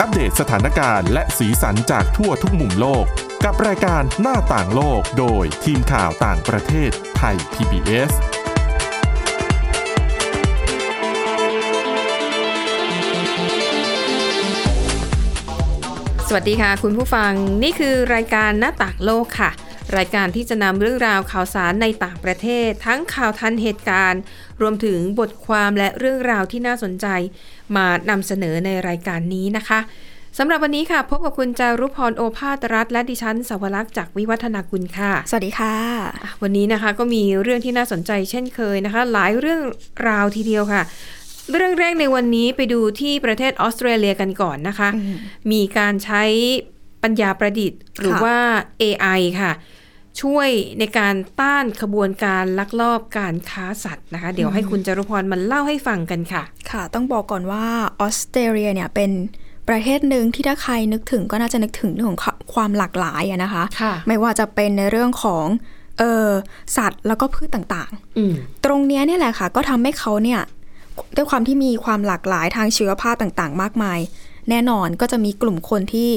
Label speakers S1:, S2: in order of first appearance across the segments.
S1: อัปเดตสถานการณ์และสีสันจากทั่วทุกมุมโลก กับรายการหน้าต่างโลกโดยทีมข่าวต่างประเทศไทย PBS
S2: สวัสดีค่ะ คุณผู้ฟังนี่คือรายการหน้าต่างโลกค่ะ รายการที่จะนำเรื่องราวข่าวสารในต่างประเทศ ทั้งข่าวทันเหตุการณ์ รวมถึงบทความและเรื่องราวที่น่าสนใจ มานำเสนอในรายการนี้นะคะสำหรับวันนี้ค่ะ พบกับคุณจารุพรโอภาสรัฐ และดิฉันสวรักษ์จากวิวัฒนากุลค่ะ
S3: สวัสดีค่ะ
S2: อ่ะวันนี้นะคะก็มีเรื่องที่น่าสนใจเช่นเคยนะคะ หลายเรื่องราวทีเดียวค่ะ เรื่องแรกในวันนี้ไปดูที่ประเทศออสเตรเลียกันก่อนนะคะ มีการใช้ปัญญาประดิษฐ์ หรือ
S3: ค่ะ
S2: ว่า AI ค่ะ ช่วยในการต้านขบวนการลักลอบการค้าสัตว์นะคะ เดี๋ยวให้คุณจารุพรมันเล่าให้ฟังกันค่ะ
S3: ค่ะ ต้องบอกก่อนว่าออสเตรเลียเนี่ยเป็นประเทศหนึ่งที่ถ้าใครนึกถึงก็น่าจะนึกถึงเรื่องของความหลากหลายอะนะคะ
S2: ค่ะ
S3: ไม่ว่าจะเป็นในเรื่องของเออสัตว์แล้วก็พืชต่าง
S2: อืม
S3: ๆ ตรงเนี้ยเนี่ยแหละค่ะ ก็ทำให้เขาเนี่ยด้วยความที่มีความหลากหลายทางชีวภาพต่างๆ มากมาย แน่นอนก็จะมีกลุ่มคนที่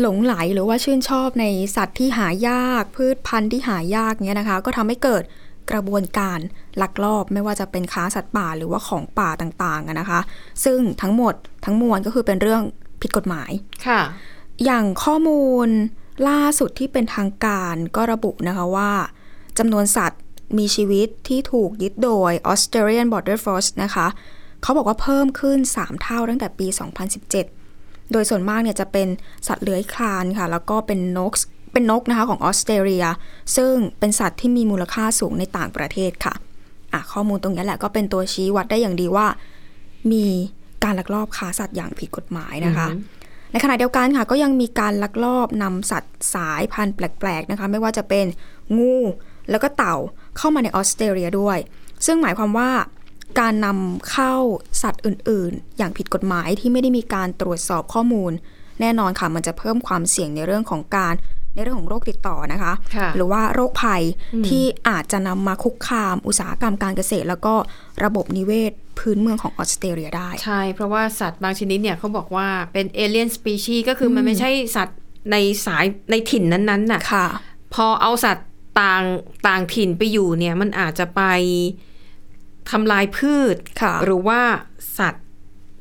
S3: หลงไหลหรือว่าชื่นชอบในสัตว์ที่หายาก พืชพันธุ์ที่หายากเนี่ยนะคะ ก็ทำให้เกิดกระบวนการลักลอบ ไม่ว่าจะเป็นค้าสัตว์ป่าหรือว่าของป่าต่างๆอะนะคะ ซึ่งทั้งหมดทั้งมวลก็คือเป็นเรื่องผิดกฎหมาย
S2: ค่ะ
S3: อย่างข้อมูลล่าสุดที่เป็นทางการก็ระบุนะคะว่าจำนวนสัตว์มีชีวิตที่ถูกยึดโดย Australian Border Force นะคะ เขาบอกว่าเพิ่มขึ้น 3 เท่าตั้งแต่ปี 2017 โดยส่วนมากเนี่ยจะเป็นสัตว์เลื้อยคลานค่ะ แล้วก็เป็นนกเป็นนกนะคะของออสเตรเลีย ซึ่งเป็นสัตว์ที่มีมูลค่าสูงในต่างประเทศค่ะอ่ะ ข้อมูลตรงเนี้ยแหละก็เป็นตัวชี้วัดได้อย่างดีว่า มีการลักลอบค้าสัตว์อย่างผิดกฎหมายนะคะ ในขณะเดียวกันค่ะก็ยังมีการลักลอบนำสัตว์สายพันธุ์แปลกๆนะคะ ไม่ว่าจะเป็นงูแล้วก็เต่าเข้ามาในออสเตรเลียด้วย ซึ่งหมายความว่าการนำเข้าสัตว์อื่นๆ อย่างผิดกฎหมายที่ไม่ได้มีการตรวจสอบข้อมูล แน่นอนค่ะมันจะเพิ่มความเสี่ยงในเรื่องของการในเรื่องของโรคติดต่อนะคะ
S2: ค่ะ
S3: หรือว่าโรคภัยที่อาจจะนำมาคุกคามอุตสาหกรรมการเกษตร แล้วก็ระบบนิเวศพื้นเมืองของออสเตรเลียได้
S2: ใช่ เพราะว่าสัตว์บางชนิดเนี่ยเขาบอกว่าเป็นเอเลียนสปีชีก็คือมันไม่ใช่สัตว์ในสายในถิ่นนั้นๆน่ะ
S3: ค่ะ
S2: พอเอาสัตว์ต่างต่างถิ่นไปอยู่เนี่ยมันอาจจะไปทำลายพืช
S3: ค่ะ
S2: หรือว่าสัตว์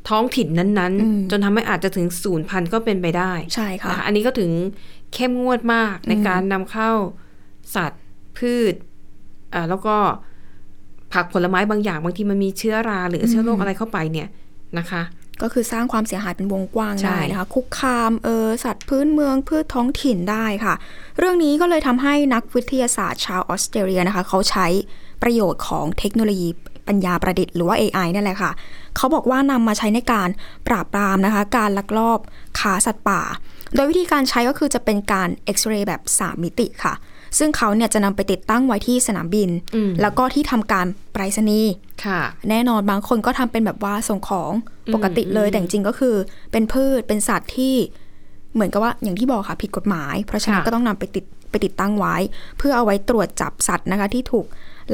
S2: ท้องถิ่นนั้น
S3: อืม
S2: ๆ จนทำให้อาจจะถึงศูนย์พันธุ์ก็เป็นไปได้
S3: ใช่ค่ะ
S2: นะคะอันนี้ก็ถึงเข้มงวดมากในการนำเข้าสัตว์พืชอ่าแล้วก็ผักผลไม้บางอย่างบางทีมันมีเชื้อรา หรือเชื้อโรคอะไรเข้าไปเนี่ยนะคะ
S3: ก็คือสร้างความเสียหายเป็นวงกว้าง
S2: ใช่
S3: ได้นะคะ คุกคามเออสัตว์พื้นเมืองพืชท้องถิ่นได้ค่ะ เรื่องนี้ก็เลยทำให้นักวิทยาศาสตร์ชาวออสเตรเลียนะคะ เขาใช้ประโยชน์ของเทคโนโลยีปัญญาประดิษฐ์หรือว่า AI นั่นแหละค่ะ เขาบอกว่านำมาใช้ในการปราบปรามนะคะ การลักลอบค้าสัตว์ป่า โดยวิธีการใช้ก็คือจะเป็นการเอ็กซเรย์แบบ 3 มิติค่ะ ซึ่งเขาเนี่ยจะนำไปติดตั้งไว้ที่สนามบิน
S2: อืม
S3: แล้วก็ที่ทำการไปรษณีย์
S2: ค่ะ
S3: แน่นอนบางคนก็ทำเป็นแบบว่าส่งของ
S2: อืม
S3: ปกติเลย
S2: อืม
S3: แต่จริงๆก็คือเป็นพืชเป็นสัตว์ที่เหมือนกับว่าอย่างที่บอกค่ะผิดกฎหมาย เพราะฉะนั้น
S2: ค่ะ
S3: ก็ต้องนำไปติดไปติดตั้งไว้ เพื่อเอาไว้ตรวจจับสัตว์นะคะที่ถูก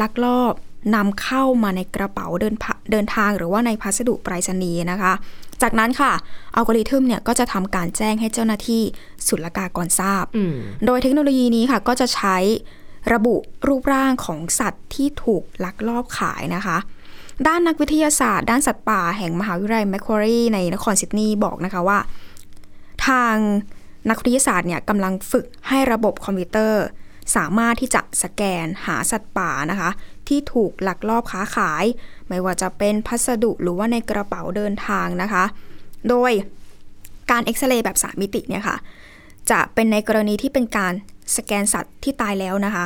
S3: ลักลอบนำเข้ามาในกระเป๋าเดินพะเดินทางหรือว่าในพัสดุไปรษณีย์นะคะ จากนั้นค่ะอัลกอริทึมเนี่ยก็จะทำการแจ้งให้เจ้าหน้าที่ศุลกากรทราบ
S2: อืม
S3: โดยเทคโนโลยีนี้ค่ะก็จะใช้ระบุรูปร่างของสัตว์ที่ถูกลักลอบขายนะคะ ด้านนักวิทยาศาสตร์ ด้านสัตว์ป่าแห่งมหาวิทยาลัยแมคควอรีในนครซิดนีย์บอกนะคะว่า ทางนักวิทยาศาสตร์เนี่ยกำลังฝึกให้ระบบคอมพิวเตอร์ สามารถที่จะสแกนหาสัตว์ป่านะคะ ที่ถูกลักลอบค้าขาย ไม่ว่าจะเป็นพัสดุหรือว่าในกระเป๋าเดินทางนะคะ โดยการเอ็กซเรย์แบบสามมิติเนี่ยค่ะ จะเป็นในกรณีที่เป็นการสแกนสัตว์ที่ตายแล้วนะคะ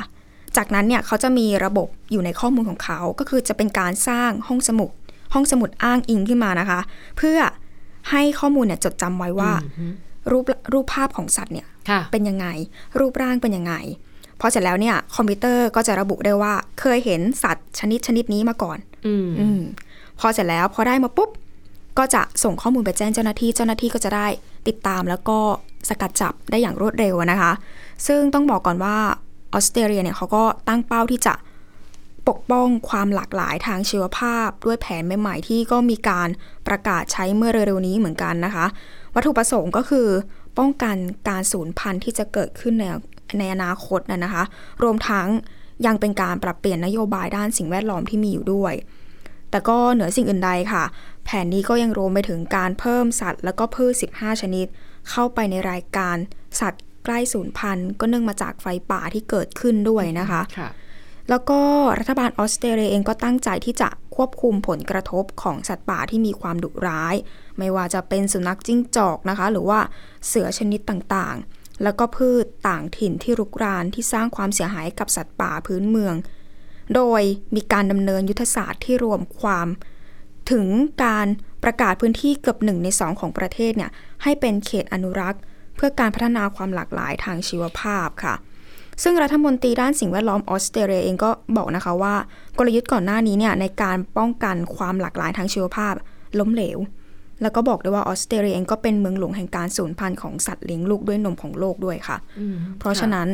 S3: จากนั้นเนี่ยเขาจะมีระบบอยู่ในข้อมูลของเขา ก็คือจะเป็นการสร้างห้องสมุด ห้องสมุดอ้างอิงขึ้นมานะคะ เพื่อให้ข้อมูลเนี่ยจดจำไว้ว่า รูปรูปภาพของสัตว์เนี่ย
S2: ค่ะ
S3: เป็นยังไง รูปร่างเป็นยังไง พอเสร็จแล้วเนี่ยคอมพิวเตอร์ก็จะระบุได้ว่าเคยเห็นสัตว์ชนิดชนิดนี้มาก่อน
S2: อืม
S3: อืมพอเสร็จแล้วพอได้มาปุ๊บ ก็จะส่งข้อมูลไปแจ้งเจ้าหน้าที่เจ้าหน้าที่ก็จะได้ติดตามแล้วก็สกัดจับได้อย่างรวดเร็วนะคะ ซึ่งต้องบอกก่อนว่าออสเตรเลียเนี่ยเขาก็ตั้งเป้าที่จะ ปกป้องความหลากหลายทางชีวภาพ ด้วยแผนใหม่ๆที่ก็มีการประกาศใช้เมื่อเร็วๆนี้เหมือนกันนะคะ วัตถุประสงค์ก็คือป้องกันการสูญพันธุ์ที่จะเกิดขึ้นในในอนาคตนะนะคะ รวมทั้งยังเป็นการปรับเปลี่ยนนโยบายด้านสิ่งแวดล้อมที่มีอยู่ด้วย แต่ก็เหนือสิ่งอื่นใดค่ะ แผนนี้ก็ยังรวมไปถึงการเพิ่มสัตว์ แล้วก็พืช 15 ชนิด เข้าไปในรายการสัตว์ใกล้สูญพันธุ์ ก็เนื่องมาจากไฟป่าที่เกิดขึ้นด้วยนะคะ
S2: ค่ะ
S3: แล้วก็รัฐบาลออสเตรเลียเองก็ตั้งใจที่จะควบคุมผลกระทบของสัตว์ป่าที่มีความดุร้าย ไม่ว่าจะเป็นสุนัขจิ้งจอกนะคะ หรือว่าเสือชนิดต่างๆ แล้วก็พืชต่างถิ่นที่รุกรานที่สร้างความเสียหายกับสัตว์ป่าพื้นเมือง โดยมีการดำเนินยุทธศาสตร์ที่รวมความ ถึงการประกาศพื้นที่เกือบหนึ่งในสองของประเทศเนี่ยให้เป็นเขตอนุรักษ์ เพื่อการพัฒนาความหลากหลายทางชีวภาพค่ะ ซึ่งรัฐมนตรีด้านสิ่งแวดล้อมออสเตรเลียเองก็บอกนะคะว่ากลยุทธ์ก่อนหน้านี้เนี่ยในการป้องกันความหลากหลายทางชีวภาพล้มเหลว แล้วก็บอกด้วยว่าออสเตรเลียเองก็เป็นเมืองหลวงแห่งการสูญพันธุ์ของสัตว์เลี้ยงลูกด้วยนมของโลกด้วยค่ะ
S2: อืม
S3: เพราะฉะนั้น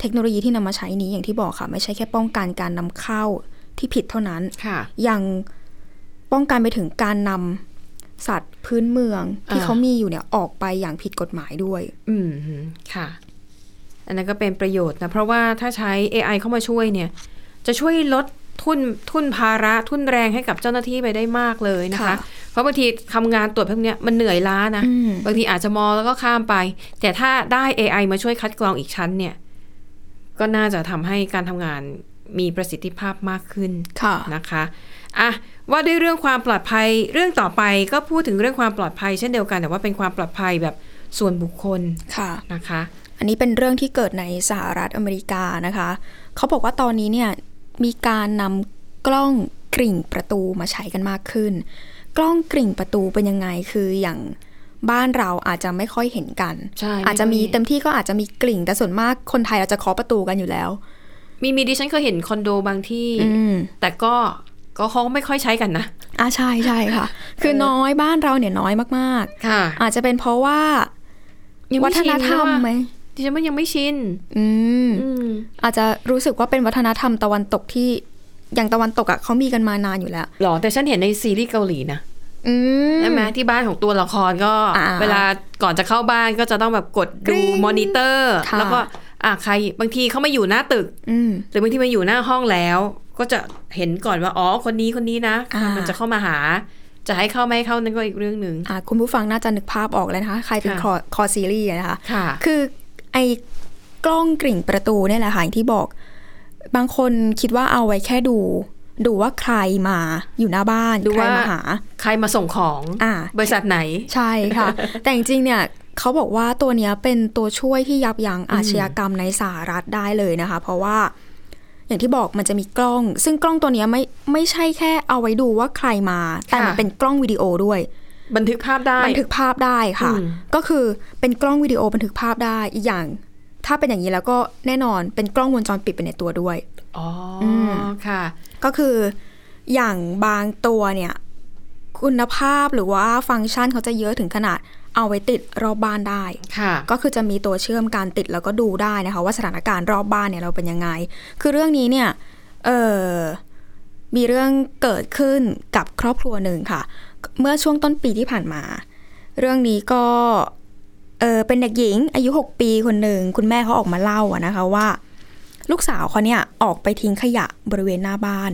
S3: เทคโนโลยีที่นำมาใช้นี้อย่างที่บอกค่ะ ไม่ใช่แค่ป้องกันการนำเข้าที่ผิดเท่านั้น
S2: ค่ะ
S3: ยังป้องกันไปถึงการนำสัตว์พื้นเมืองที่
S2: อ่า
S3: เขามีอยู่เนี่ยออกไปอย่างผิดกฎหมายด้วย
S2: อืมฮึค่ะ อันนั้นก็เป็นประโยชน์นะ เพราะว่าถ้าใช้ AI เข้ามาช่วยเนี่ย จะช่วยลดทุนทุนภาระทุนแรงให้กับเจ้าหน้าที่ไปได้มากเลยนะคะ
S3: ค่ะ
S2: เพราะบางทีทำงานตรวจพวกเนี้ยมันเหนื่อยล้านะ
S3: อืม
S2: บางทีอาจจะมองแล้วก็ข้ามไป แต่ถ้าได้ AI มาช่วยคัดกรองอีกชั้นเนี่ย ก็น่าจะทำให้การทำงานมีประสิทธิภาพมากขึ้น
S3: ค่ะ
S2: นะคะอ่ะว่าด้วยเรื่องความปลอดภัยเรื่องต่อไปก็พูดถึงเรื่องความปลอดภัย เช่นเดียวกันแต่ว่าเป็นความปลอดภัยแบบส่วนบุคคล
S3: ค่ะ
S2: นะคะ
S3: อันนี้เป็นเรื่องที่เกิดในสหรัฐอเมริกานะคะ เขาบอกว่าตอนนี้เนี่ยมีการนำกล้องกริ่งประตูมาใช้กันมากขึ้น กล้องกริ่งประตูเป็นยังไงคืออย่างบ้านเราอาจจะไม่ค่อยเห็นกัน
S2: ใช่ไม่ค่อย
S3: อาจจะมีเต็มที่ก็อาจจะมีกลิ่ง แต่ส่วนมากคนไทยเราจะเคาะประตูกันอยู่แล้ว
S2: มีมีดิฉันเคยเห็นคอนโดบางที่
S3: อืม
S2: แต่ก็ก็เขาไม่ค่อยใช้กันนะ
S3: อ่าใช่ใช่ค่ะ คือน้อยบ้านเราเนี่ยน้อยมาก
S2: ค่ะ
S3: ๆ อาจจะเป็นเพราะว่า
S2: ยัง
S3: วั
S2: ไม่
S3: ฒ
S2: ชิ
S3: น
S2: น
S3: ธรรมไหม
S2: ดิฉันว่ายังไม่ชิน
S3: อืม
S2: อืม
S3: อาจจะรู้สึกว่าเป็นวัฒนธรรมตะวันตกที่อย่างตะวันตกอะ่ะเขามีกันมานานอยู่แล้ว
S2: หรอแต่ฉันเห็นในซีรีส์เกาหลีนะ
S3: อืม
S2: ใช่ไหมที่บ้านของตัวละครก็
S3: อ่า
S2: เวลาก่อนจะเข้าบ้านก็จะต้องแบบกด
S3: ก
S2: ดู
S3: ริ๊ง
S2: มอนิเตอร์
S3: ค่ะ
S2: แล้วก็อ่ะใครบางทีเขามาอยู่หน้าตึก
S3: อืม
S2: หรือบางทีมันอยู่หน้าห้องแล้ว ก็จะเห็นก่อนว่าอ๋อคนนี้คนนี้นะ
S3: อ่ามั
S2: มันจะเข้ามาหา จะให้เข้าไม่ให้เข้านั่นก็อีกเรื่องหนึ่ง
S3: อ่ะคุณผู้ฟังน่าจะนึกภาพออกเลยนะคะ ใครเป็น
S2: ค่ะ
S3: คอคอซีรีส์อะนะคะ
S2: ค่ะ
S3: คือไอ้กล้องกริ่งประตูเนี่ยแหละค่ะอย่างที่บอก บางคนคิดว่าเอาไว้แค่ดู ดูว่าใครมาอยู่หน้าบ้าน
S2: ดู
S3: ใคร
S2: ว่า
S3: มาหา
S2: ใครมาส่งของ
S3: อ่า
S2: บริษัทไหน
S3: ใช่ ค่ะ แต่จริงๆ เนี่ยเขาบอกว่าตัวเนี้ยเป็นตัวช่วยที่ยับยั้งอาชญากรรมในสหรัฐได้เลยนะคะ เพราะว่าอย่างที่บอกมันจะมีกล้อง ซึ่งกล้องตัวเนี้ยไม่ไม่ใช่แค่เอาไว้ดูว่าใครมา แต่มัน
S2: ค่ะ
S3: เป็นกล้องวิดีโอด้วย
S2: บันทึกภาพได้
S3: บันทึกภาพได้ค่ะ
S2: อืม
S3: ก็คือเป็นกล้องวิดีโอบันทึกภาพได้อีกอย่าง ถ้าเป็นอย่างนี้แล้วก็แน่นอนเป็นกล้องวงจรปิดไปในตัวด้วย
S2: อ๋ออ
S3: ม
S2: ค่ะ
S3: ก็คืออย่างบางตัวเนี่ยคุณภาพหรือว่าฟังก์ชันเขาจะเยอะถึงขนาดเอาไว้ติดรอบบ้านได้
S2: ค่ะ
S3: ก็คือจะมีตัวเชื่อมการติดแล้วก็ดูได้นะคะว่าสถานการณ์รอบบ้านเนี่ยเราเป็นยังไง คือเรื่องนี้เนี่ยเออมีเรื่องเกิดขึ้นกับครอบครัวหนึ่งค่ะ เมื่อช่วงต้นปีที่ผ่านมา เรื่องนี้ก็เออเป็นเด็กหญิงอายุ 6 ปีคนหนึ่งคุณแม่เขาออกมาเล่าอะนะคะว่า ลูกสาวเขาเนี่ยออกไปทิ้งขยะบริเวณหน้าบ้าน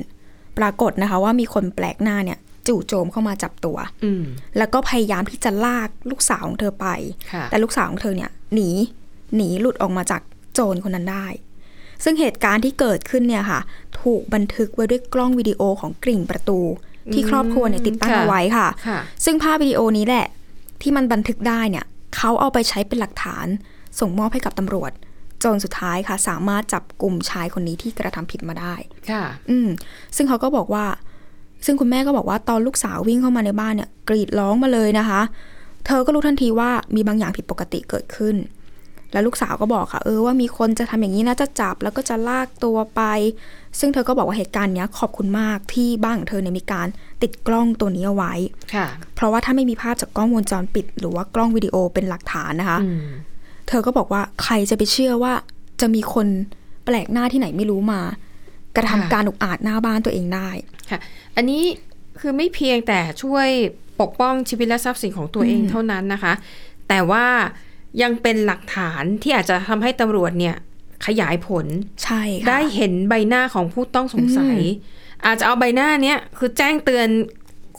S3: ปรากฏนะคะว่ามีคนแปลกหน้าเนี่ยจู่โจมเข้ามาจับตัว
S2: อืม
S3: แล้วก็พยายามที่จะลากลูกสาวของเธอไป
S2: ค่ะ
S3: แต่ลูกสาวของเธอเนี่ยหนีหนีหลุดออกมาจากโจรคนนั้นได้ ซึ่งเหตุการณ์ที่เกิดขึ้นเนี่ยค่ะ ถูกบันทึกไว้ด้วยกล้องวิดีโอของกริ่งประตู ที่ครอบครัวเนี่ยติดตั้งเอาไว้ค่ะ
S2: ค่ะ
S3: ซึ่งภาพวิดีโอนี้แหละ ที่มันบันทึกได้เนี่ยเขาเอาไปใช้เป็นหลักฐาน ส่งมอบให้กับตำรวจ จนสุดท้ายค่ะ สามารถจับกลุ่มชายคนนี้ที่กระทำผิดมาได้
S2: ค่ะ
S3: อืมซึ่งเขาก็บอกว่า ซึ่งคุณแม่ก็บอกว่าตอนลูกสาววิ่งเข้ามาในบ้านเนี่ย กรีดร้องมาเลยนะคะ เธอก็รู้ทันทีว่ามีบางอย่างผิดปกติเกิดขึ้น แล้วลูกสาวก็บอกค่ะ เออว่ามีคนจะทำอย่างนี้นะจะจับแล้วก็จะลากตัวไป ซึ่งเธอก็บอกว่าเหตุการณ์เนี้ยขอบคุณมากที่บ้านของเธอเนี่ยมีการติดกล้องตัวนี้เอาไว้
S2: ค่ะ
S3: เพราะว่าถ้าไม่มีภาพจากกล้องวงจรปิด หรือว่ากล้องวิดีโอเป็นหลักฐานนะคะ
S2: อืม
S3: เธอก็บอกว่าใครจะไปเชื่อว่าจะมีคนแปลกหน้าที่ไหนไม่รู้มา กระ
S2: ค่ะ
S3: ทำการอุกอาจหน้าบ้านตัวเองได้
S2: ค่ะ อันนี้คือไม่เพียงแต่ช่วยปกป้องชีวิตและทรัพย์สินของตัวเองเท่านั้นนะคะ แต่ว่ายังเป็นหลักฐานที่อาจจะทำให้ตำรวจเนี่ยขยายผล
S3: ใช่ค่ะ
S2: ได้เห็นใบหน้าของผู้ต้องสงสัย อาจจะเอาใบหน้าเนี้ยคือแจ้งเตือน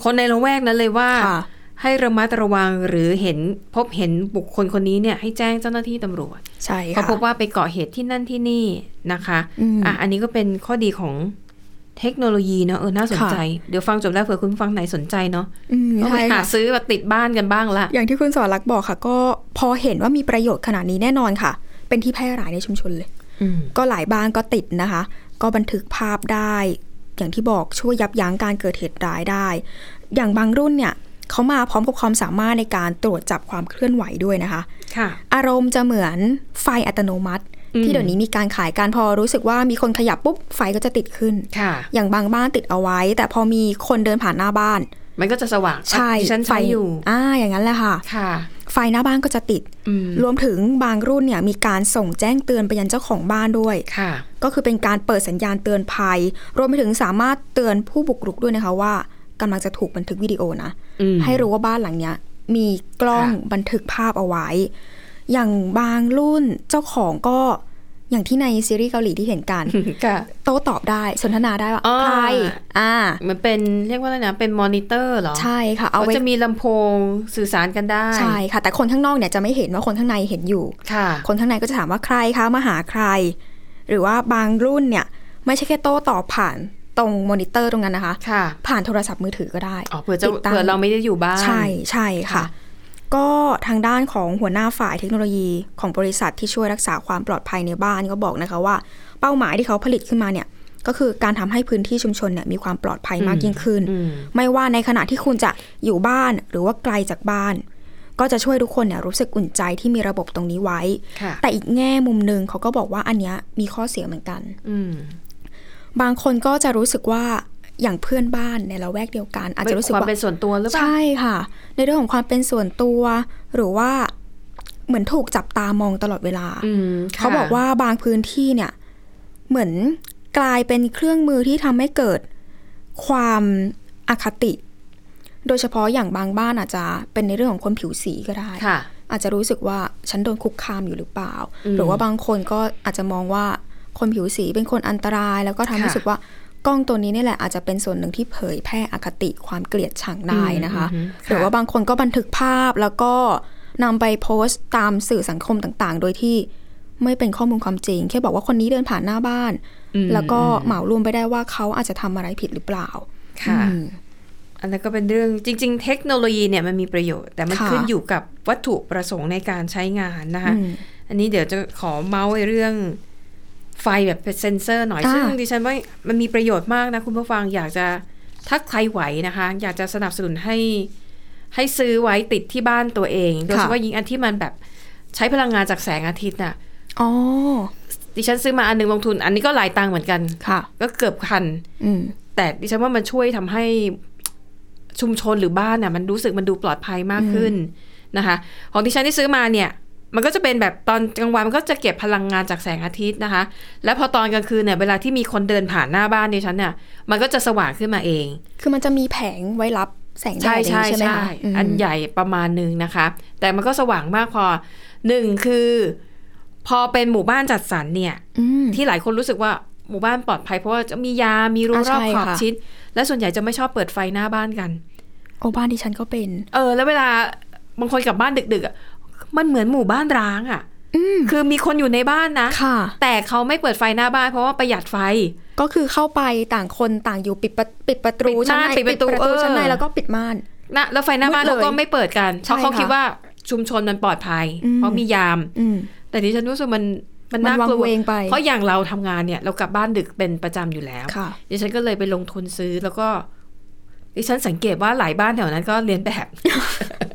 S2: คนในละแวกนั้นเลยว่า
S3: ค่ะ
S2: ให้ระมัดระวังหรือเห็นพบเห็นบุคคลคนนี้เนี่ยให้แจ้งเจ้าหน้าที่ตำรวจ
S3: ใช่
S2: เขา
S3: ค่ะ
S2: พบว่าไปก่อเหตุที่นั่นที่นี่นะคะ
S3: อืม
S2: อ่ะอันนี้ก็เป็นข้อดีของเทคโนโลยีเนาะเออน่าสน
S3: ค่ะ
S2: ใจ เดี๋ยวฟังจบแล้วเผื่อคุณผู้ฟังไหนสนใจเนาะ
S3: อืม
S2: ก็ไป
S3: ใช่
S2: หา
S3: ค่ะ
S2: ซื้อมาติดบ้านกันบ้างละ
S3: อย่างที่คุณสวรักษ์บอกค่ะ ก็พอเห็นว่ามีประโยชน์ขนาดนี้แน่นอนค่ะ เป็นที่แพร่หลายในชุมชนเลย
S2: อืม
S3: ก็หลายบ้านก็ติดนะคะ ก็บันทึกภาพได้ อย่างที่บอกช่วยยับยั้งการเกิดเหตุร้ายได้ อย่างบางรุ่นเนี่ยเขามาพร้อมกับความสามารถในการตรวจจับความเคลื่อนไหวด้วยนะคะ
S2: ค่ะ
S3: อารมณ์จะเหมือนไฟอัตโนมัติ
S2: อืม
S3: ที่เดี๋ยวนี้มีการขายการพอรู้สึกว่ามีคนขยับปุ๊บไฟก็จะติดขึ้น
S2: ค่ะ
S3: อย่างบางบ้านติดเอาไว้ แต่พอมีคนเดินผ่านหน้าบ้าน
S2: มันก็จะสว่าง
S3: ใช่
S2: ดิฉันใช้อยู่
S3: อ่าอย่างนั้นแหละค่ะ
S2: ค่ะ
S3: ไฟหน้าบ้านก็จะติด
S2: อืม
S3: รวมถึงบางรุ่นเนี่ยมีการส่งแจ้งเตือนไปยังเจ้าของบ้านด้วย
S2: ค่ะ
S3: ก็คือเป็นการเปิดสัญญาณเตือนภัย รวมไปถึงสามารถเตือนผู้บุกรุกด้วยนะคะว่ากำลังจะถูกบันทึกวิดีโอนะ
S2: อืม
S3: ให้รู้ว่าบ้านหลังเนี้ยมีกล้อง
S2: ค่ะ
S3: บันทึกภาพเอาไว้ อย่างบางรุ่นเจ้าของก็อย่างที่ในซีรีส์เกาหลีที่เห็นกัน
S2: ค่ะ
S3: โต้ตอบได้สนทนาได้ว่า
S2: อ่า
S3: ใครอ่า
S2: มันเป็นเรียกว่าอะไรนะ เป็นมอนิเตอร์เหรอ
S3: ใช่ค่ะเอา
S2: เขา
S3: ไว้
S2: จะมีลำโพงสื่อสารกันได้
S3: ใช่ค่ะ แต่คนข้างนอกเนี่ยจะไม่เห็นว่าคนข้างในเห็นอยู่
S2: ค่ะ
S3: คนข้างในก็จะถามว่าใครคะมาหาใคร หรือว่าบางรุ่นเนี่ย ไม่ใช่แค่โต้ตอบผ่านตรงมอนิเตอร์ตรงนั้นนะคะ
S2: ค่ะ
S3: ผ่านโทรศัพท์มือถือก็ได้
S2: อ๋อ เผื่อจะ
S3: ติดตั้ง
S2: เผื่อเราไม่ได้อยู่บ้าน
S3: ใช่ใช่ค่ะ
S2: ค่ะ
S3: ก็ทางด้านของหัวหน้าฝ่ายเทคโนโลยีของบริษัทที่ช่วยรักษาความปลอดภัยในบ้านก็บอกนะคะว่า เป้าหมายที่เขาผลิตขึ้นมาเนี่ยก็คือการทำให้พื้นที่ชุมชนเนี่ยมีความปลอดภัยมากยิ่งขึ้น
S2: อืม
S3: ไม่ว่าในขณะที่คุณจะอยู่บ้านหรือว่าไกลจากบ้าน ก็จะช่วยทุกคนเนี่ยรู้สึกอุ่นใจที่มีระบบตรงนี้ไว้
S2: ค่ะ
S3: แต่อีกแง่มุมหนึ่งเขาก็บอกว่าอันเนี้ยมีข้อเสียเหมือนกัน
S2: อืม
S3: บางคนก็จะรู้สึกว่าอย่างเพื่อนบ้านในละแวกเดียวกัน อาจจะรู้สึก
S2: ความ
S3: ว่า
S2: เป็นส่วนตัวหรือเปล่า
S3: ใช่ค่ะ ในเรื่องของความเป็นส่วนตัว หรือว่าเหมือนถูกจับตามองตลอดเวลา
S2: อืมค่ะ
S3: เขาบอกว่าบางพื้นที่เนี่ย เหมือนกลายเป็นเครื่องมือที่ทำให้เกิดความอคติ โดยเฉพาะอย่างบางบ้านอาจจะเป็นในเรื่องของคนผิวสีก็ได้
S2: ค่ะ
S3: อาจจะรู้สึกว่าฉันโดนคุกคามอยู่หรือเปล่า
S2: อืม
S3: หรือว่าบางคนก็อาจจะมองว่าคนผิวสีเป็นคนอันตราย แล้วก็ทำให้
S2: ค่ะ
S3: รู้สึกว่ากล้องตัวนี้นี่แหละอาจจะเป็นส่วนหนึ่งที่เผยแพร่อคติความเกลียดชังได้นะคะ
S2: อืม
S3: หรือว่าบางคนก็บันทึกภาพแล้วก็นำไปโพสต์ตามสื่อสังคมต่างๆ โดยที่ไม่เป็นข้อมูลความจริง แค่บอกว่าคนนี้เดินผ่านหน้าบ้าน
S2: อืม
S3: แล้วก็เหมารวมไปได้ว่าเขาอาจจะทำอะไรผิดหรือเปล่า
S2: ค่ะ
S3: อืม
S2: อันนั้นก็เป็นเรื่องจริง ๆ เทคโนโลยีเนี่ยมันมีประโยชน์ แต่มัน
S3: ค่ะ
S2: ขึ้นอยู่กับวัตถุประสงค์ในการใช้งานนะคะ
S3: อืม
S2: อันนี้เดี๋ยวจะขอเมาส์ไอ้เรื่องไฟแบบเซ็นเซอร์หน่อย
S3: อ่า
S2: ซึ่งดิฉันว่ามันมีประโยชน์มากนะ คุณผู้ฟังอยากจะถ้าใครไหวนะคะ อยากจะสนับสนุนให้ให้ซื้อไว้ติดที่บ้านตัวเอง โดยเฉพาะยิงอันที่มันแบบใช้พลังงานจากแสงอาทิตย์น่ะ
S3: อ๋อ
S2: ดิฉันซื้อมาอันหนึงลงทุน อันนี้ก็หลายตังค์เหมือนกัน
S3: ค่ะ
S2: ก็เกือบพัน
S3: อืม
S2: แต่ดิฉันว่ามันช่วยทำให้ชุมชนหรือบ้านน่ะมันรู้สึกมันดูปลอดภัยมากขึ้นนะคะ ของดิฉันที่ซื้อมาเนี่ย มันก็จะเป็นแบบตอนกลางวันมันก็จะเก็บพลังงานจากแสงอาทิตย์นะคะ แล้วพอตอนกลางคืนเนี่ยเวลาที่มีคนเดินผ่านหน้าบ้านดิฉันเนี่ยมันก็จะสว่างขึ้นมาเอง
S3: คือมันจะมีแผงไว้รับแสงแดด
S2: ใช่
S3: อ
S2: ใช่
S3: ย่างนี้ใช่ไหม
S2: ใช่
S3: คะม
S2: อันใหญ่ประมาณหนึ่งนะคะ แต่มันก็สว่างมากพอหนึ่งคือ พอเป็นหมู่บ้านจัดสรรเนี่ย
S3: อืม
S2: ที่หลายคนรู้สึกว่าหมู่บ้านปลอดภัยเพราะว่าจะมียา มีรั้วร
S3: อ่ะ
S2: อบ
S3: ใช่
S2: ขอบ
S3: ค่ะ
S2: ชิด และส่วนใหญ่จะไม่ชอบเปิดไฟหน้าบ้านกัน
S3: โอ้บ้านดิฉันก็เป็น
S2: เออ แล้วเวลาบางคนกลับบ้านดึกๆอ่ะมันเหมือนหมู่บ้านร้างอ่ะ
S3: อืม
S2: คือมีคนอยู่ในบ้านนะ
S3: ค่ะ
S2: แต่เขาไม่เปิดไฟหน้าบ้านเพราะว่าประหยัดไฟ
S3: ก็คือเข้าไปต่างคนต่างอยู่ปิดประปิดประตู
S2: ปิดม่าน
S3: ชั้นใน
S2: ปิดประตูเออ
S3: ชั้นในแล้วก็ปิดม่าน
S2: นะแล้วไฟหน้าบ้าน
S3: มืดเลย
S2: เขาก็ไม่เปิดกันเพราะ
S3: ใช่
S2: เขา
S3: ค่ะ
S2: คิดว่าชุมชนมันปลอดภัย
S3: อืม
S2: เพราะมียาม
S3: อืม
S2: แต่ดิฉันรู้สึกมันมัน
S3: มัน
S2: น่ากลั
S3: วังเวงไป
S2: เพราะอย่างเราทำงานเนี่ย เรากลับบ้านดึกเป็นประจำอยู่แล้ว
S3: ค่ะ
S2: ดิฉันก็เลยไปลงทุนซื้อแล้วก็ดิฉันสังเกตว่าหลายบ้านแถวนั้นก็เรียนแบบ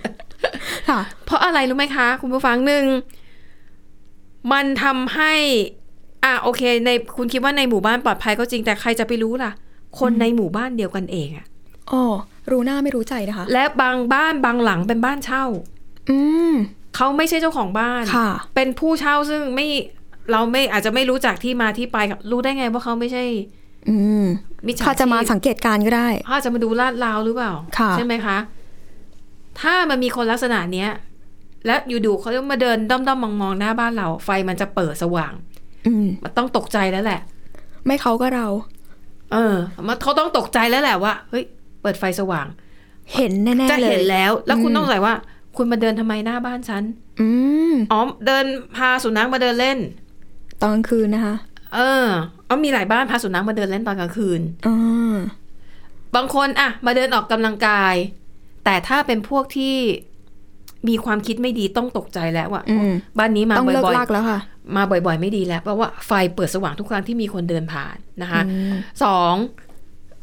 S3: ค่ะ
S2: เพราะอะไรรู้ไหมคะ คุณผู้ฟังหนึ่งมันทำให้ อ่ะโอเค ในคุณคิดว่าในหมู่บ้านปลอดภัยก็จริงแต่ใครจะไปรู้ล่ะ คนในหมู่บ้านเดียวกันเองอะ
S3: อ๋อ รู้หน้าไม่รู้ใจนะคะ
S2: และบางบ้านบางหลังเป็นบ้านเช่า
S3: อืม
S2: เขาไม่ใช่เจ้าของบ้าน
S3: ค่ะ
S2: เป็นผู้เช่าซึ่งไม่เราไม่อาจจะไม่รู้จักที่มาที่ไปรู้ได้ไงว่าเขาไม่ใช่
S3: อืม
S2: มิจฉา
S3: ถ้าจะมา
S2: ชีพ
S3: สังเกตการณ์ก็ได้
S2: เขาอาจจะมาดูลาดราวหรือเปล่า
S3: ค่ะ
S2: ใช่ไหมคะ ถ้ามันมีคนลักษณะเนี้ย แล้วอยู่ๆเขามาเดินด้อมๆมองๆหน้าบ้านเรา ไฟมันจะเปิดสว่าง
S3: อืม
S2: มันต้องตกใจแล้วแหละ
S3: ไม่เขาก็เรา
S2: เออ มันเขาต้องตกใจแล้วแหละว่าเฮ้ยเปิดไฟสว่าง
S3: เห็นแน่
S2: จะ
S3: ๆเลย
S2: เห็นแล้ว แล้วคุณต้องใส่ว่า คุณมาเดินทำไมหน้าบ้านฉัน
S3: อืม
S2: อ๋อเดินพาสุนัขมาเดินเล่น
S3: ตอนกลางคืนนะคะ
S2: เออเอามีหลายบ้านพาสุนัขมาเดินเล่นตอนกลางคืน
S3: อ่า
S2: บางคนอะมาเดินออกกำลังกาย แต่ถ้าเป็นพวกที่มีความคิดไม่ดีต้องตกใจแล้วอะ
S3: อืม
S2: บ้านนี้มา
S3: ต้องเลิก
S2: บ่อย
S3: ลากแล้วค่ะ
S2: ๆ มาบ่อย ๆ ไม่ดีแล้ว เพราะว่าไฟเปิดสว่างทุกครั้งที่มีคนเดินผ่านนะคะ
S3: อืม
S2: สอง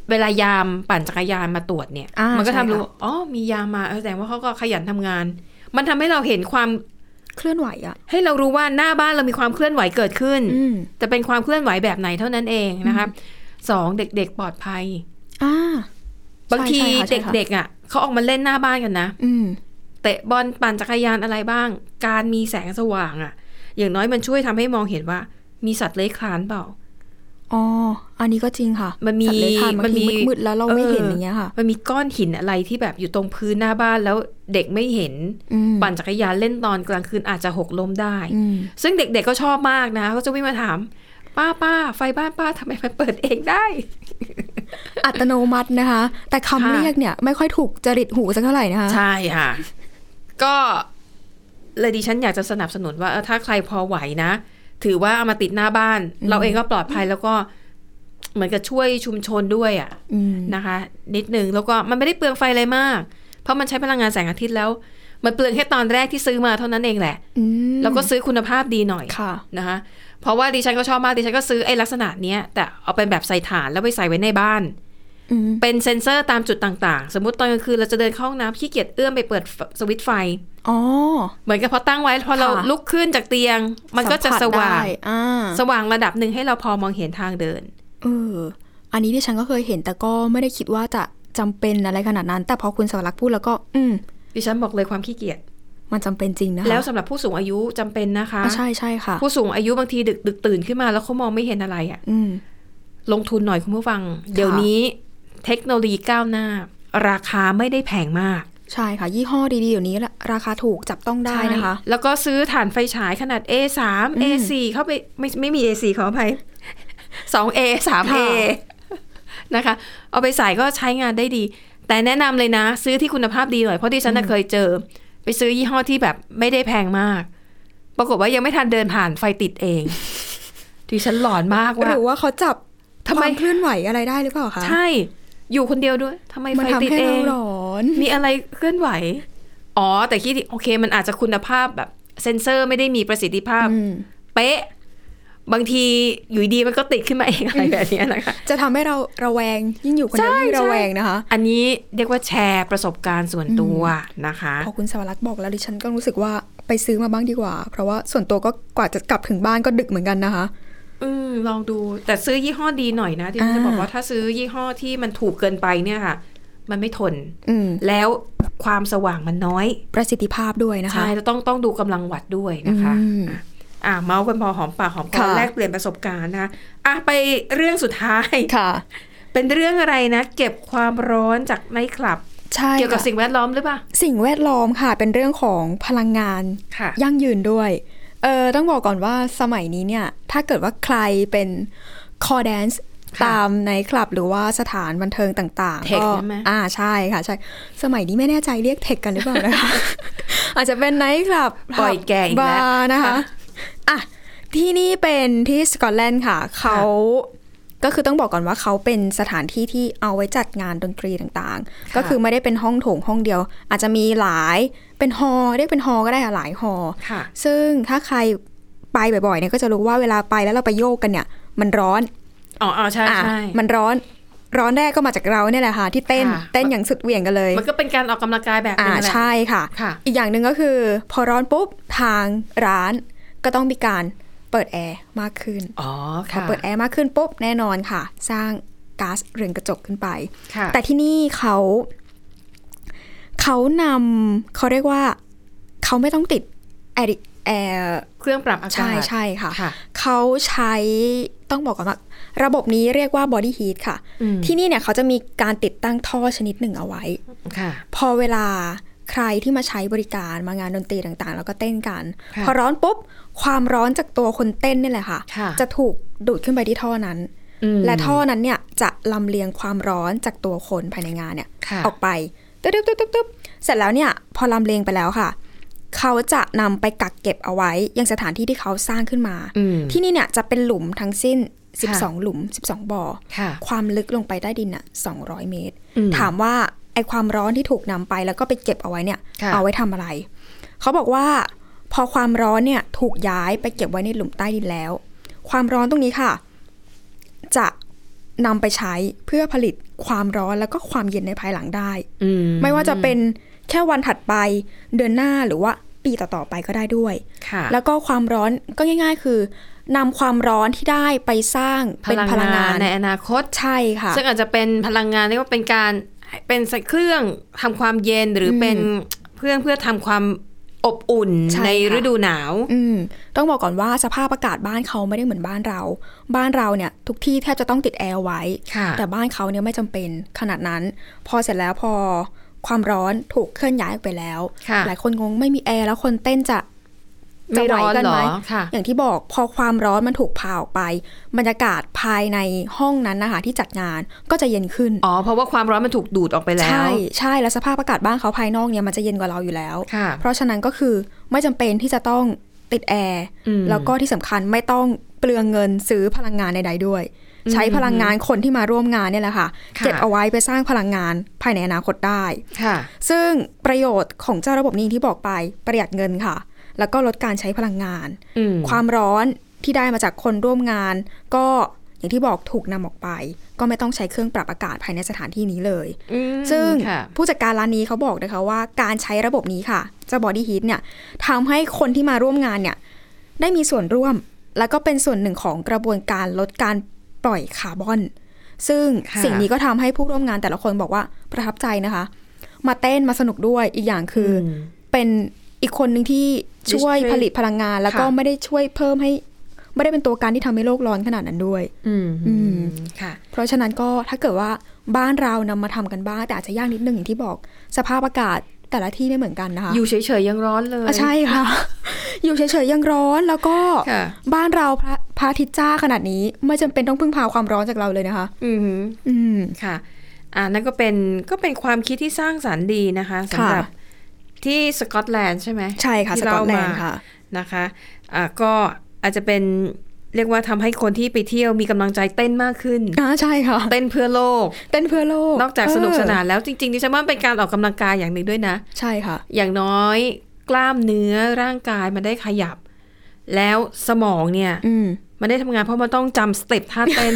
S2: เวลายามปั่นจักรยานมาตรวจเนี่ย
S3: อ่ามั
S2: มันก็
S3: ใช่
S2: ทำ
S3: ค่ะ
S2: รู้ว่าอ๋อมียามมาเออแสดงว่าเขาก็ขยันทำงาน มันทำให้เราเห็นความ
S3: เคลื่อนไหวอ่ะ
S2: ให้เรารู้ว่าหน้าบ้านเรามีความเคลื่อนไหวเกิดขึ้น
S3: อืม
S2: จะเป็นความเคลื่อนไหวแบบไหนเท่านั้นเองนะคะสองเด็กๆปลอดภัย
S3: อ่า
S2: บางที
S3: ใช่ค่ะใช่ค่ะ
S2: เด็กๆอ่ะเขาออกมาเล่นหน้าบ้านกันนะ
S3: อืม
S2: เตะบอลปั่นจักรยานอะไรบ้าง การมีแสงสว่างอ่ะ อย่างน้อยมันช่วยทำให้มองเห็นว่า มีสัตว์เลื้อยคลานเปล่า
S3: อ๋อ อันนี้ก็จริงค่ะ
S2: มันมี
S3: สัตว์เลื้อยคลาน
S2: มั
S3: บาง
S2: นมี
S3: ทีมืดๆแล้วเราไม่
S2: เออ
S3: เห็นอย่างเงี้ยค่ะ
S2: มันมีก้อนหินอะไรที่แบบอยู่ตรงพื้นหน้าบ้านแล้วเด็กไม่เห็น
S3: อืม
S2: ปั่นจักรยานเล่นตอนกลางคืนอาจจะหกล้มได้
S3: อืม
S2: ซึ่งเด็กๆก็ชอบมากนะก็จะวิ่งมาถาม ป้าป้าไฟบ้านป้าทำไมมันเปิดเองได้
S3: อัตโนมัตินะคะ แต่คำ
S2: ค่ะ
S3: เรียกเนี่ย ไม่ค่อยถูกจริตหูสักเท่าไหร่นะคะ
S2: ใช่ค่ะ ก็เลยดิฉันอยากจะสนับสนุนว่าเออถ้าใครพอไหวนะ ถือว่าเอามาติดหน้าบ้าน เราเองก็ปลอดภัยแล้วก็เหมือนกับช่วยชุมชนด้วยอะ
S3: อืม
S2: นะคะ นิดนึงแล้วก็มันไม่ได้เปลืองไฟอะไรมาก เพราะมันใช้พลังงานแสงอาทิตย์แล้ว มันเปลืองแค่ตอนแรกที่ซื้อมาเท่านั้นเองแหละ
S3: อืม
S2: แล้วก็ซื้อคุณภาพดีหน่อย
S3: ค่ะ
S2: นะคะ เพราะว่าดิฉันก็ชอบมากดิฉันก็ซื้อไอ้ลักษณะเนี้ยแต่เอาเป็นแบบใส่ฐานแล้วไปใส่ไว้ในบ้าน
S3: อืม
S2: เป็นเซ็นเซอร์ตามจุดต่างๆ สมมติตอนกลางคืนเราจะเดินเข้าห้องน้ำขี้เกียจเอื้อมไปเปิดสวิตช์ไฟ
S3: อ๋อ
S2: เหมือนกับพอตั้งไว้พอเรา
S3: ค่ะ
S2: ลุกขึ้นจากเตียง มันก็จะสว่าง
S3: มผัสได้อ่า
S2: สว่างระดับหนึ่งให้เราพอมองเห็นทางเดิน
S3: เออ อันนี้ดิฉันก็เคยเห็นแต่ก็ไม่ได้คิดว่าจะจำเป็นอะไรขนาดนั้น แต่พอคุณสวรักษ์พูดแล้วก็ อืม
S2: ดิฉันบอกเลยความขี้เกียจ
S3: มันจำเป็นจริงนะคะ
S2: แล้วสำหรับผู้สูงอายุจำเป็นนะคะ
S3: อ่ะใช่ใช่ค่ะ
S2: ผู้สูงอายุบางทีดึกดึกตื่นขึ้นมาแล้วเขามองไม่เห็นอะไรอะ่ะ
S3: อืม
S2: ลงทุนหน่อยคุณผู้ฟัง เดี๋ยวนี้เทคโนโลยีก้าวหน้า ราคาไม่ได้แพงมาก
S3: ใช่ค่ะ ยี่ห้อดีๆอยู่นี้ละราคาถูกจับต้องได้นะคะ
S2: ใช่แล้วก็ซื้อฐานไฟฉายขนาด A3 A4 เข้าไปไม่ไม่มี A4 ขออภัย 2A 3A
S3: ค่ะ
S2: นะคะ เอาไปใส่ก็ใช้งานได้ดี แต่แนะนำเลยนะ ซื้อที่คุณภาพดีหน่อย เพราะดิฉันน่ะเคยเจอ ไปซื้อยี่ห้อที่แบบไม่ได้แพงมาก ปรากฏว่ายังไม่ทันเดินผ่านไฟติดเอง ดิฉันหลอนมากว่า
S3: หรือว่าเขาจับ
S2: ทำไม
S3: ควาเคลื่อนไหวอะไรได้หรือเปล่าคะ
S2: ใช่ อยู่คนเดียวด้วยทำไม
S3: มัน
S2: ไฟติด
S3: ทำให้
S2: เอ
S3: เรา
S2: ง
S3: หลอน
S2: มีอะไรเคลื่อนไหว อ๋อ แต่คิดดิโอเค มันอาจจะคุณภาพแบบเซ็นเซอร์ไม่ได้มีประสิทธิภาพ
S3: อืม
S2: เป๊ะ บางทีอยู่ดีมันก็ติดขึ้นมาเองอะไรแบบเนี้ยนะคะ
S3: จะทำให้เราระแวงยิ่งอยู่คนเดียว
S2: ใช่
S3: ยิ่งระ
S2: ใช่
S3: แวงนะคะ
S2: อันนี้เรียกว่าแชร์ประสบการณ์ส่วนตัวนะคะ
S3: พอคุณสวรักษ์บอกแล้วดิฉันก็รู้สึกว่าไปซื้อมาบ้างดีกว่า เพราะว่าส่วนตัวก็กว่าจะกลับถึงบ้านก็ดึกเหมือนกันนะคะ
S2: อืมลองดูแต่ซื้อยี่ห้อดีหน่อยนะที่ฉันจะบ
S3: อ่า
S2: อกว่าถ้าซื้อยี่ห้อที่มันถูกเกินไปเนี่ยค่ะ มันไม่ทน
S3: อืม
S2: แล้วความสว่างมันน้อย
S3: ประสิทธิภาพด้วยนะคะ
S2: ใช่จะต้องต้องดูกำลังวัดด้วยนะคะ
S3: อืม
S2: อ่ะอ่ะเมาส์กันพอหอมปากหอมคอ
S3: ค่ะ
S2: แลกเปลี่ยนประสบการณ์นะคะอ่ะไปเรื่องสุดท้าย
S3: ค่ะ
S2: เป็นเรื่องอะไรนะ เก็บความร้อนจากในท์คลับ
S3: ใช่
S2: เกี่ยวกับ
S3: ค่ะ
S2: สิ่งแวดล้อมหรือเปล่า
S3: สิ่งแวดล้อมค่ะ เป็นเรื่องของพลังงาน
S2: ค่ะ
S3: ยั่งยืนด้วย เออต้องบอกก่อนว่าสมัยนี้เนี่ย ถ้าเกิดว่าใครเป็นคอแดนซ์
S2: ค่ะ
S3: ตามในคลับหรือว่าสถานบันเทิงต่างๆ
S2: เทค
S3: ก็
S2: ใช่ไหม
S3: อ่าใช่ค่ะใช่ สมัยนี้ไม่แน่ใจเรียกเทคกันหรือเปล่านะคะ อาจจะเป็นไนท์คลับ
S2: ปล่อยแกอีก
S3: บา
S2: แล้ว
S3: ร์นะคะอ่ะที่นี่เป็นที่สกอตแลนด์ค่ะ เขาก็คือต้องบอกก่อนว่าเขาเป็นสถานที่ที่เอาไว้จัดงานดนตรีต่างๆ
S2: ะ
S3: ก็คือไม่ได้เป็นห้องโถงห้องเดียว อาจจะมีหลายเป็นฮอลล์เรียกเป็นฮอลล์ก็ได้ค่ะหลายฮอลล์
S2: ค่ะ
S3: ซึ่งถ้าใครไปบ่อยๆเนี่ยก็จะรู้ว่าเวลาไปแล้วเราไปโยกกันเนี่ย มันร้อน
S2: อ๋ออ๋อใช่
S3: อ่ะ
S2: ใช่
S3: มันร้อนร้อนแรกก็มาจากเราเนี่ยแหละค่ะที่เต้น
S2: ค่ะ
S3: เต้นอย่างสุดเหวี่ยงกันเลย
S2: มันก็เป็นการออกกำลังกายแบบห
S3: อ่า
S2: นึงแหละ
S3: ใช่ค่ะ
S2: ค่ะ
S3: อีกอย่างหนึ่งก็คือ พอร้อนปุ๊บทางร้านก็ต้องมีการเปิดแอร์มากขึ้น
S2: อ๋อ
S3: พอ
S2: ค่ะ
S3: เปิดแอร์มากขึ้นปุ๊บแน่นอนค่ะ สร้างก๊าซเรือนกระจกขึ้นไป
S2: ค่ะ
S3: แต่ที่นี่เขาเขานำเขาเรียกว่าเขาไม่ต้องติดแอร์ดิแอร์
S2: เครื่องปรับอากาศ
S3: ใช่ใช่ค่ะ
S2: ค่ะ
S3: เขาใช้ ต้องบอกก่อนว่าระบบนี้เรียกว่า body heat ค่ะ
S2: อืม
S3: ที่นี่เนี่ยเขาจะมีการติดตั้งท่อชนิดหนึ่งเอาไว้
S2: ค่ะ
S3: พอเวลาใครที่มาใช้บริการมางานดนตรีต่างๆ แล้วก็เต้นกัน
S2: ค่ะ
S3: พอร้อนปุ๊บ ความร้อนจากตัวคนเต้นนี่แหละค่ะ
S2: ค่ะ
S3: จะถูกดูดขึ้นไปที่ท่อนั้น
S2: อืม
S3: และท่อนั้นเนี่ยจะลำเลียงความร้อนจากตัวคนภายในงานเนี่ย
S2: ค่ะ
S3: ออกไปตึ๊บตึ๊บตึ๊บตึ๊บตึ๊บเสร็จแล้วเนี่ยพอลำเลียงไปแล้วค่ะ เขาจะนำไปกักเก็บเอาไว้ ยังสถานที่ที่เขาสร้างขึ้นมา
S2: อืม
S3: ที่นี่เนี่ยจะเป็นหลุมทั้งสิ้น
S2: ค่ะ
S3: 12 หลุม 12 บ่อ
S2: ค่ะ
S3: ความลึกลงไปใต้ดินอ่ะ200 เมตร
S2: อืม
S3: ถามว่าไอความร้อนที่ถูกนำไปแล้วก็ไปเก็บเอาไว้เนี่ย
S2: ค่ะ
S3: เอาไว้ทำอะไร เขาบอกว่า พอความร้อนเนี่ยถูกย้ายไปเก็บไว้ในหลุมใต้ดินแล้ว ความร้อนตรงนี้ค่ะ จะนำไปใช้เพื่อผลิตความร้อนแล้วก็ความเย็นในภายหลังได้
S2: อืม
S3: ไม่ว่าจะเป็นแค่วันถัดไปเดือนหน้าหรือว่าปีต่อๆไปก็ได้ด้วย
S2: ค่ะ
S3: แล้วก็ความร้อนก็ง่าย ๆ คือนำความร้อนที่ได้ไปสร้าง
S2: พ
S3: เป็น
S2: ลัง
S3: พลั
S2: งาง
S3: งาน น
S2: ในอนาคต
S3: ใช่ค่ะ
S2: ซึ่งอาจจะเป็นพลังงานเรียกว่าเป็นการเป็นเครื่องทำความเย็นหรืออ
S3: ม
S2: เป็นเครื่องเพื่อทำความอบอุ่น
S3: ใช่
S2: ใน
S3: ค่ะ
S2: ฤดูหนาว
S3: อืมต้องบอกก่อนว่าสภาพอากาศบ้านเขาไม่ได้เหมือนบ้านเรา บ้านเราเนี่ยทุกที่แทบจะต้องติดแอร์ไว้
S2: ค่ะ
S3: แต่บ้านเขาเนี่ยไม่จำเป็นขนาดนั้น พอเสร็จแล้วพอความร้อนถูกเคลื่อนย้ายออกไปแล้ว
S2: ค่ะ
S3: หลายคนงงไม่มีแอร์แล้วคนเต้นจะจะ
S2: ไม่
S3: ไหว
S2: ร้อน
S3: กัน
S2: เหร
S3: ไหม
S2: อค่ะ
S3: อย่างที่บอกพอความร้อนมันถูกพาออกไปบรรยากาศภายในห้องนั้นนะคะที่จัดงานก็จะเย็นขึ้น
S2: อ๋อ เพราะว่าความร้อนมันถูกดูดออกไปแล้ว
S3: ใช่ใช่แล้วสภาพอากาศบ้านเขาภายนอกเนี่ยมันจะเย็นกว่าเราอยู่แล้ว
S2: ค่ะ
S3: เพราะฉะนั้นก็คือไม่จำเป็นที่จะต้องติดแอร์
S2: อืม
S3: แล้วก็ที่สำคัญไม่ต้องเปลืองเงินซื้อพลังงานใดๆด้วย ใช้พลังงานคนที่มาร่วมงานเนี่ยแหละค่ะ
S2: ค่ะ
S3: เก็บเอาไว้ไปสร้างพลังงานภายในอนาคตได้
S2: ค่ะ
S3: ซึ่งประโยชน์ของเจ้าระบบนี้ที่บอกไปประหยัดเงินค่ะ แล้วก็ลดการใช้พลังงาน
S2: อืม
S3: ความร้อนที่ได้มาจากคนร่วมงาน ก็อย่างที่บอกถูกนำออกไป ก็ไม่ต้องใช้เครื่องปรับอากาศภายในสถานที่นี้เลย
S2: อืม
S3: ซึ่ง
S2: ค่ะ
S3: ผู้จัดการร้านนี้เขาบอกนะคะว่าการใช้ระบบนี้ค่ะจะบอดี้ฮีทเนี่ยทำให้คนที่มาร่วมงานเนี่ยได้มีส่วนร่วม แล้วก็เป็นส่วนหนึ่งของกระบวนการลดการปล่อยคาร์บอน ซึ่ง
S2: ค่ะ
S3: สิ่งนี้ก็ทำให้ผู้ร่วมงานแต่ละคนบอกว่าประทับใจนะคะ มาเต้นมาสนุกด้วยอีกอย่างคืออ
S2: ม
S3: เป็นอีกคนหนึ่งที่ช่วย
S2: ช่วย
S3: ผลิตพลังงาน แล้วก็
S2: ค่ะ
S3: ไม่ได้ช่วยเพิ่มให้ไม่ได้เป็นตัวการที่ทำให้โลกร้อนขนาดนั้นด้วย
S2: อืม
S3: อืม
S2: ค่ะ
S3: เพราะฉะนั้นก็ถ้าเกิดว่าบ้านเรานำมาทำกันบ้าง แต่อาจจะยากนิดนึงอย่างที่บอกสภาพอากาศแต่ละที่ไม่เหมือนกันนะคะ
S2: อยู่เฉยๆยังร้อนเลย
S3: อ่ะใช่ค่ะ อยู่เฉยๆยังร้อนแล้วก็
S2: ค่ะ
S3: บ้านเราพระพระอาทิตย์จ้าขนาดนี้ ไม่จำเป็นต้องพึ่งพาความร้อนจากเราเลยนะคะ
S2: อืม
S3: อืม
S2: ค่ะ อ่านั่นก็เป็นก็เป็นความคิดที่สร้างสรรค์ดีนะคะสำหรับ
S3: ค่ะ
S2: ที่สกอตแลนด์ใช่ไหม
S3: ใช่ค่ะส
S2: ที่
S3: กอตแล
S2: เาน
S3: ด์
S2: มา
S3: ค่ะ
S2: นะคะอ่ะก็อาจจะเป็นเรียกว่าทำให้คนที่ไปเที่ยวมีกำลังใจเต้นมากขึ้น
S3: อ่าใช่ค่ะ
S2: เต้นเพื่อโลก
S3: เต้นเพื่อโลก
S2: นอกจากสนุกสนาน
S3: เอ
S2: แล้วจริงๆดิฉันว่ามันเป็นการออกกำลังกายอย่างหนึ่งด้วยนะ
S3: อใช่ค่ะ
S2: อย่างน้อยกล้ามเนื้อร่างกายมันได้ขยับ แล้วสมองเนี่ย
S3: อืม
S2: มันได้ทำงานเพราะมันต้องจำสเต็ปท่าเต้น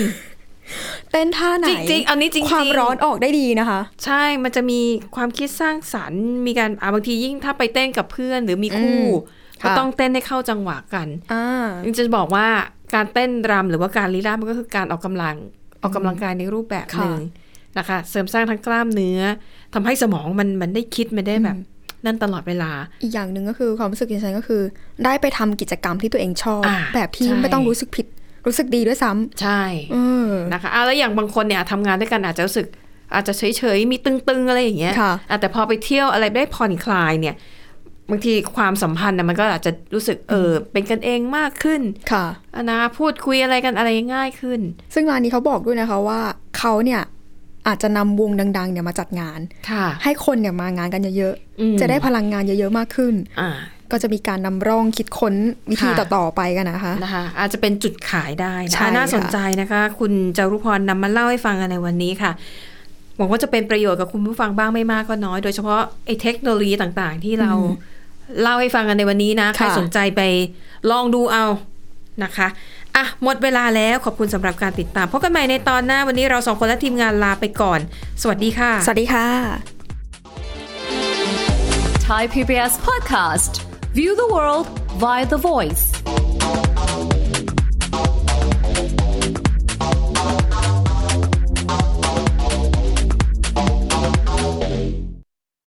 S3: เต้นท่า ไหน
S2: จริงๆอันนี้จริงๆ
S3: ความร้อนออกได้ดีนะคะ
S2: ใช่มันจะมีความคิดสร้างสรรค์ มีการอ่ะบางทียิ่งถ้าไปเต้นกับเพื่อนหรือมีคู่
S3: อืม
S2: ก็
S3: ค่ะ
S2: ต้องเต้นให้เข้าจังหวะกัน
S3: อ่า
S2: จริงๆจะบอกว่าการเต้นรำหรือว่าการลีลามันก็คือการออกกำลังออกกำลังกายในรูปแบบหนึ่งนะคะ เสริมสร้างทั้งกล้ามเนื้อทำให้สมองมันมันได้คิดมันได้แบบ นั่นตลอดเวลา
S3: อีกอย่างหนึ่งก็คือความรู้สึกดิฉันก็คือ ได้ไปทำกิจกรรมที่ตัวเองชอบ
S2: อ่า
S3: แบบที่
S2: ใช่
S3: ไม่ต้องรู้สึกผิด รู้สึกดีด้วยซ้ำ
S2: ใช่
S3: เออ
S2: นะคะอ่ะแล้วอย่างบางคนเนี่ยทำงานด้วยกันอาจจะรู้สึก อาจจะเฉยๆมีตึงๆอะไรอย่างเงี้ย
S3: ค่ะ
S2: อ่ะแต่พอไปเที่ยวอะไรได้ผ่อนคลายเนี่ย บางทีความสัมพันธ์นะมันก็อาจจะรู้สึกเออเป็นกันเองมากขึ้น
S3: ค่ะ
S2: อ่ะนะพูดคุยอะไรกันอะไรง่ายขึ้น
S3: ซึ่งร้านนี้เขาบอกด้วยนะคะว่าเขาเนี่ยอาจจะนำวงดังๆเนี่ยมาจัดงาน
S2: ค่ะ
S3: ให้คนเนี่ยมางานกันเยอะ
S2: อืม
S3: ๆ จะได้พลังงานเยอะๆมากขึ้น
S2: อ่า
S3: ก็จะมีการนำร่องคิดค้นวิธี
S2: ค่ะ
S3: ต่อๆไปกันนะคะ
S2: นะคะอาจจะเป็นจุดขายได้นะ
S3: ใช่
S2: คะ
S3: ค่ะ
S2: น่าสนใจนะคะ คุณจารุพรนำมาเล่าให้ฟังกันในวันนี้ค่ะ หวังว่าจะเป็นประโยชน์กับคุณผู้ฟังบ้างไม่มากก็น้อย โดยเฉพาะไอ้เทคโนโลยีต่างๆ ที่เราเล่าให้ฟังกันในวันนี้นะใครสนใจไปลองดูเอานะคะอ่ะหมดเวลาแล้วขอบคุณสำหรับการติดตามพบกันใหม่ในตอนหน้าวันนี้เราสองคนและทีมงานลาไปก่อน สวัสดีค่ะ
S3: สวัสดีค่ะ
S4: Thai PBS podcast. View the world via the voice.